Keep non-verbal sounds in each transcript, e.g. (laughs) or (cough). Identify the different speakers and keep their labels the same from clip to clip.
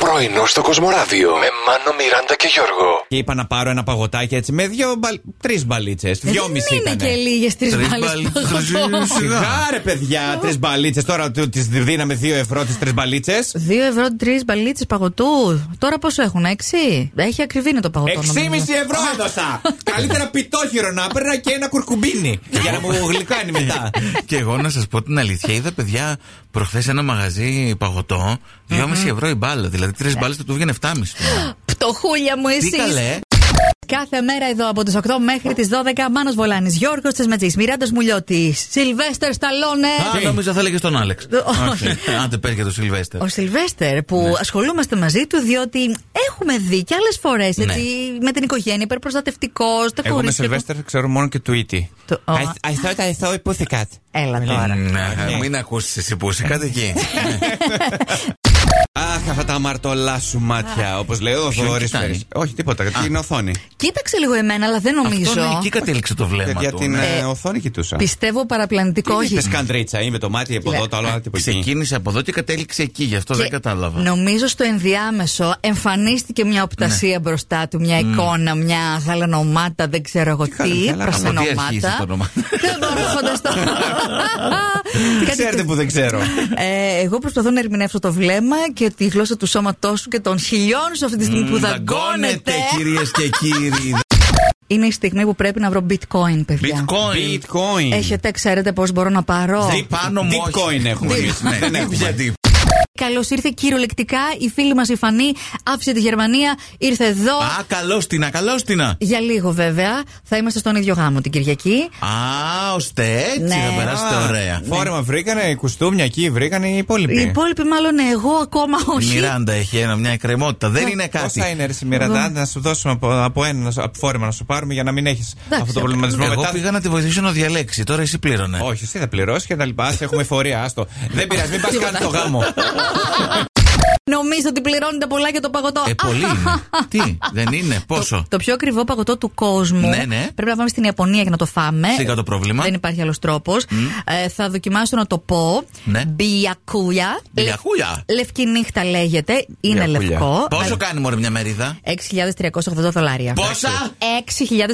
Speaker 1: Πρωινό στο Κοσμοράδιο με Μάνο, Μιράντα και Γιώργο.
Speaker 2: Και είπα να πάρω ένα παγωτάκι έτσι με δύο μπαλ... τρεις μπαλίτσες. Δυόμιση
Speaker 3: Ε, είναι
Speaker 2: ήταν.
Speaker 3: και λίγες τρεις
Speaker 4: Τρεις
Speaker 3: μπάλε
Speaker 4: μπαλ- τρεις-
Speaker 2: Σιγά ρε παιδιά, τρεις μπαλίτσες. Τώρα τι δίναμε δύο ευρώ τις τρεις μπαλίτσες.
Speaker 3: 2 ευρώ τρεις μπαλίτσες παγωτού. Τώρα πόσο έχουν, 6. Έχει ακριβή είναι το παγωτό.
Speaker 2: 6,5
Speaker 3: νομίζω.
Speaker 2: ευρώ έδωσα! Καλύτερα πιτόχυρο να έπαιρνα και ένα κουρκουμπίνι. για να μου γλυκάνει μετά.
Speaker 4: (laughs) Και εγώ να σας πω την αλήθεια, είδα παιδιά προχθές ένα μαγαζί παγωτό, 2,5 ευρώ η μπάλα. Δηλαδή
Speaker 3: Ναι.
Speaker 4: τρει μπάλε θα του βγαίνει 7,5.
Speaker 3: Πτωχούλια μου,
Speaker 4: Τι
Speaker 3: εσύ.
Speaker 4: καλέ.
Speaker 3: Κάθε μέρα εδώ από τις 8 μέχρι τις 12. Μάνος Βολάνης, Γιώργος Τσεσμετζής, Μιράντα Μουλιώτη, Σιλβέστερ Σταλόνε.
Speaker 4: Α, νόμιζα θα έλεγε τον Άλεξ.
Speaker 3: Ε, Όχι.
Speaker 4: Όχι. Άντε πες για τον Σιλβέστερ.
Speaker 3: Ο Σιλβέστερ
Speaker 4: Ναι.
Speaker 3: που ασχολούμαστε μαζί του, διότι έχουμε δει και άλλες φορές
Speaker 4: Ναι.
Speaker 3: με την οικογένεια, υπερπροστατευτικός,
Speaker 2: Εγώ
Speaker 3: τα
Speaker 2: με
Speaker 3: κορίτσια.
Speaker 2: Σιλβέστερ ξέρω μόνο και Tweety.
Speaker 3: Το- α.
Speaker 2: I thought I saw a pussycat.
Speaker 3: Έλα τώρα. Ε,
Speaker 4: Ναι, Μην ακούσεις εσύ που είσαι κάτι εκεί.
Speaker 2: Αχ, αυτά τα αμαρτωλά σου μάτια, όπως λέει ο
Speaker 4: Ποιον
Speaker 2: Θοδωρής
Speaker 4: κοιτάει?
Speaker 2: Όχι, τίποτα, γιατί είναι οθόνη.
Speaker 3: Κοίταξε λίγο εμένα, αλλά δεν νομίζω.
Speaker 4: Αυτό ναι, εκεί κατέληξε το βλέμμα
Speaker 2: Για
Speaker 4: του.
Speaker 2: την
Speaker 4: ναι.
Speaker 2: ε, οθόνη κοιτούσα.
Speaker 3: Πιστεύω παραπλανητικό, όχι.
Speaker 2: Πε καντρίτσα, είμαι το μάτι από
Speaker 3: Λε.
Speaker 2: εδώ, το άλλο από εκεί.
Speaker 4: Ξεκίνησε από εδώ και κατέληξε εκεί, γι' αυτό δεν
Speaker 3: Και
Speaker 4: κατάλαβα.
Speaker 3: Νομίζω στο ενδιάμεσο εμφανίστηκε μια
Speaker 4: Ναι.
Speaker 3: οπτασία μπροστά του, μια εικόνα, μια γαλανομάτα, δεν ξέρω εγώ τι,
Speaker 2: γαλανομάτα.
Speaker 4: Από τι αρχίζει
Speaker 3: προσενομάτα.
Speaker 4: το όνομα?
Speaker 3: (laughs) Δεν μπορώ να φανταστώ.
Speaker 4: (laughs)
Speaker 3: Κάτι
Speaker 2: Ξέρετε
Speaker 3: τε-
Speaker 2: που δεν ξέρω.
Speaker 3: Ε, εγώ προσπαθώ να ερμηνεύσω το βλέμμα και τη γλώσσα του σώματός σου και των χιλιών σου αυτή τη στιγμή που δαγκώνεται.
Speaker 4: κυρίες και κύριοι.
Speaker 3: Είναι η στιγμή που πρέπει να βρω bitcoin, παιδιά.
Speaker 4: Bitcoin.
Speaker 2: Bitcoin.
Speaker 3: Έχετε, ξέρετε πώς μπορώ να πάρω.
Speaker 4: Deep- πάνω μου
Speaker 2: Deep
Speaker 4: όχι.
Speaker 2: coin έχουμε
Speaker 4: Deep.
Speaker 2: εμείς.
Speaker 4: Ναι,
Speaker 2: Δεν
Speaker 4: deep
Speaker 2: έχουμε.
Speaker 4: για deep.
Speaker 3: Καλώς ήρθε κυριολεκτικά η φίλη μας η Φανή. Άφησε τη Γερμανία, ήρθε εδώ.
Speaker 4: Α, καλώστινα, καλώστινα.
Speaker 3: Για λίγο βέβαια. Θα είμαστε στον ίδιο γάμο την Κυριακή.
Speaker 4: Α, ώστε έτσι
Speaker 3: Ναι.
Speaker 4: θα περάσετε
Speaker 2: Α,
Speaker 4: ωραία.
Speaker 2: Φόρεμα βρήκανε, κουστούμια εκεί βρήκανε οι υπόλοιποι.
Speaker 3: Οι υπόλοιποι μάλλον εγώ ακόμα
Speaker 4: Ναι. Η
Speaker 3: όχι.
Speaker 4: Μιράντα έχει ένα, μια εκκρεμότητα.
Speaker 3: Ναι.
Speaker 4: Δεν είναι
Speaker 2: Πόσα
Speaker 4: κάτι.
Speaker 2: είναι ρε σήμερα, να σου δώσουμε από, από ένα να σου- από φόρεμα να σου πάρουμε για να μην έχεις αυτό το προβληματισμό
Speaker 4: Εγώ
Speaker 2: μετά.
Speaker 4: πήγα να τη βοηθήσω να διαλέξει. Τώρα εσύ πλήρωνε.
Speaker 2: Όχι, εσύ θα πληρώσεις και τα λοιπά. Ας έχουμε εφορία, άστο. Δεν πειράζει, μην πας καν το γάμο.
Speaker 3: Νομίζω ότι πληρώνετε πολλά για το παγωτό.
Speaker 4: Ε,
Speaker 3: (laughs)
Speaker 4: πολύ είναι. Τι, δεν είναι.
Speaker 3: Το,
Speaker 4: Πόσο.
Speaker 3: το πιο ακριβό παγωτό του κόσμου.
Speaker 4: Ναι, ναι.
Speaker 3: Πρέπει να πάμε στην Ιαπωνία για να το φάμε.
Speaker 4: Σίγα το πρόβλημα.
Speaker 3: Ε, Δεν υπάρχει άλλος τρόπος. Ε, θα δοκιμάσω να το πω.
Speaker 4: Ναι.
Speaker 3: Μπιακούλια.
Speaker 4: Μπιακούλια.
Speaker 3: Λευ- Λευκή νύχτα λέγεται. Είναι
Speaker 2: Μπιακούλια.
Speaker 3: λευκό. Ε,
Speaker 4: Πόσο
Speaker 3: Α,
Speaker 4: κάνει μωρέ μια μερίδα.
Speaker 3: 6.380 δολάρια.
Speaker 4: Πόσα?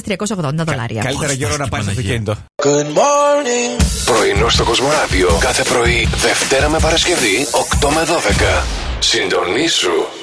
Speaker 3: 6.380 δολάρια.
Speaker 2: Καλύτερα,
Speaker 4: Πώς
Speaker 2: Γιώργο,
Speaker 4: θα
Speaker 2: να πάρει
Speaker 4: στην
Speaker 2: το
Speaker 4: Παναγία.
Speaker 2: κινητό.
Speaker 1: Πρωινό στο Κοσμοράδιο κάθε πρωί, Δευτέρα με Παρασκευή, 8 με 12. Συντονίσου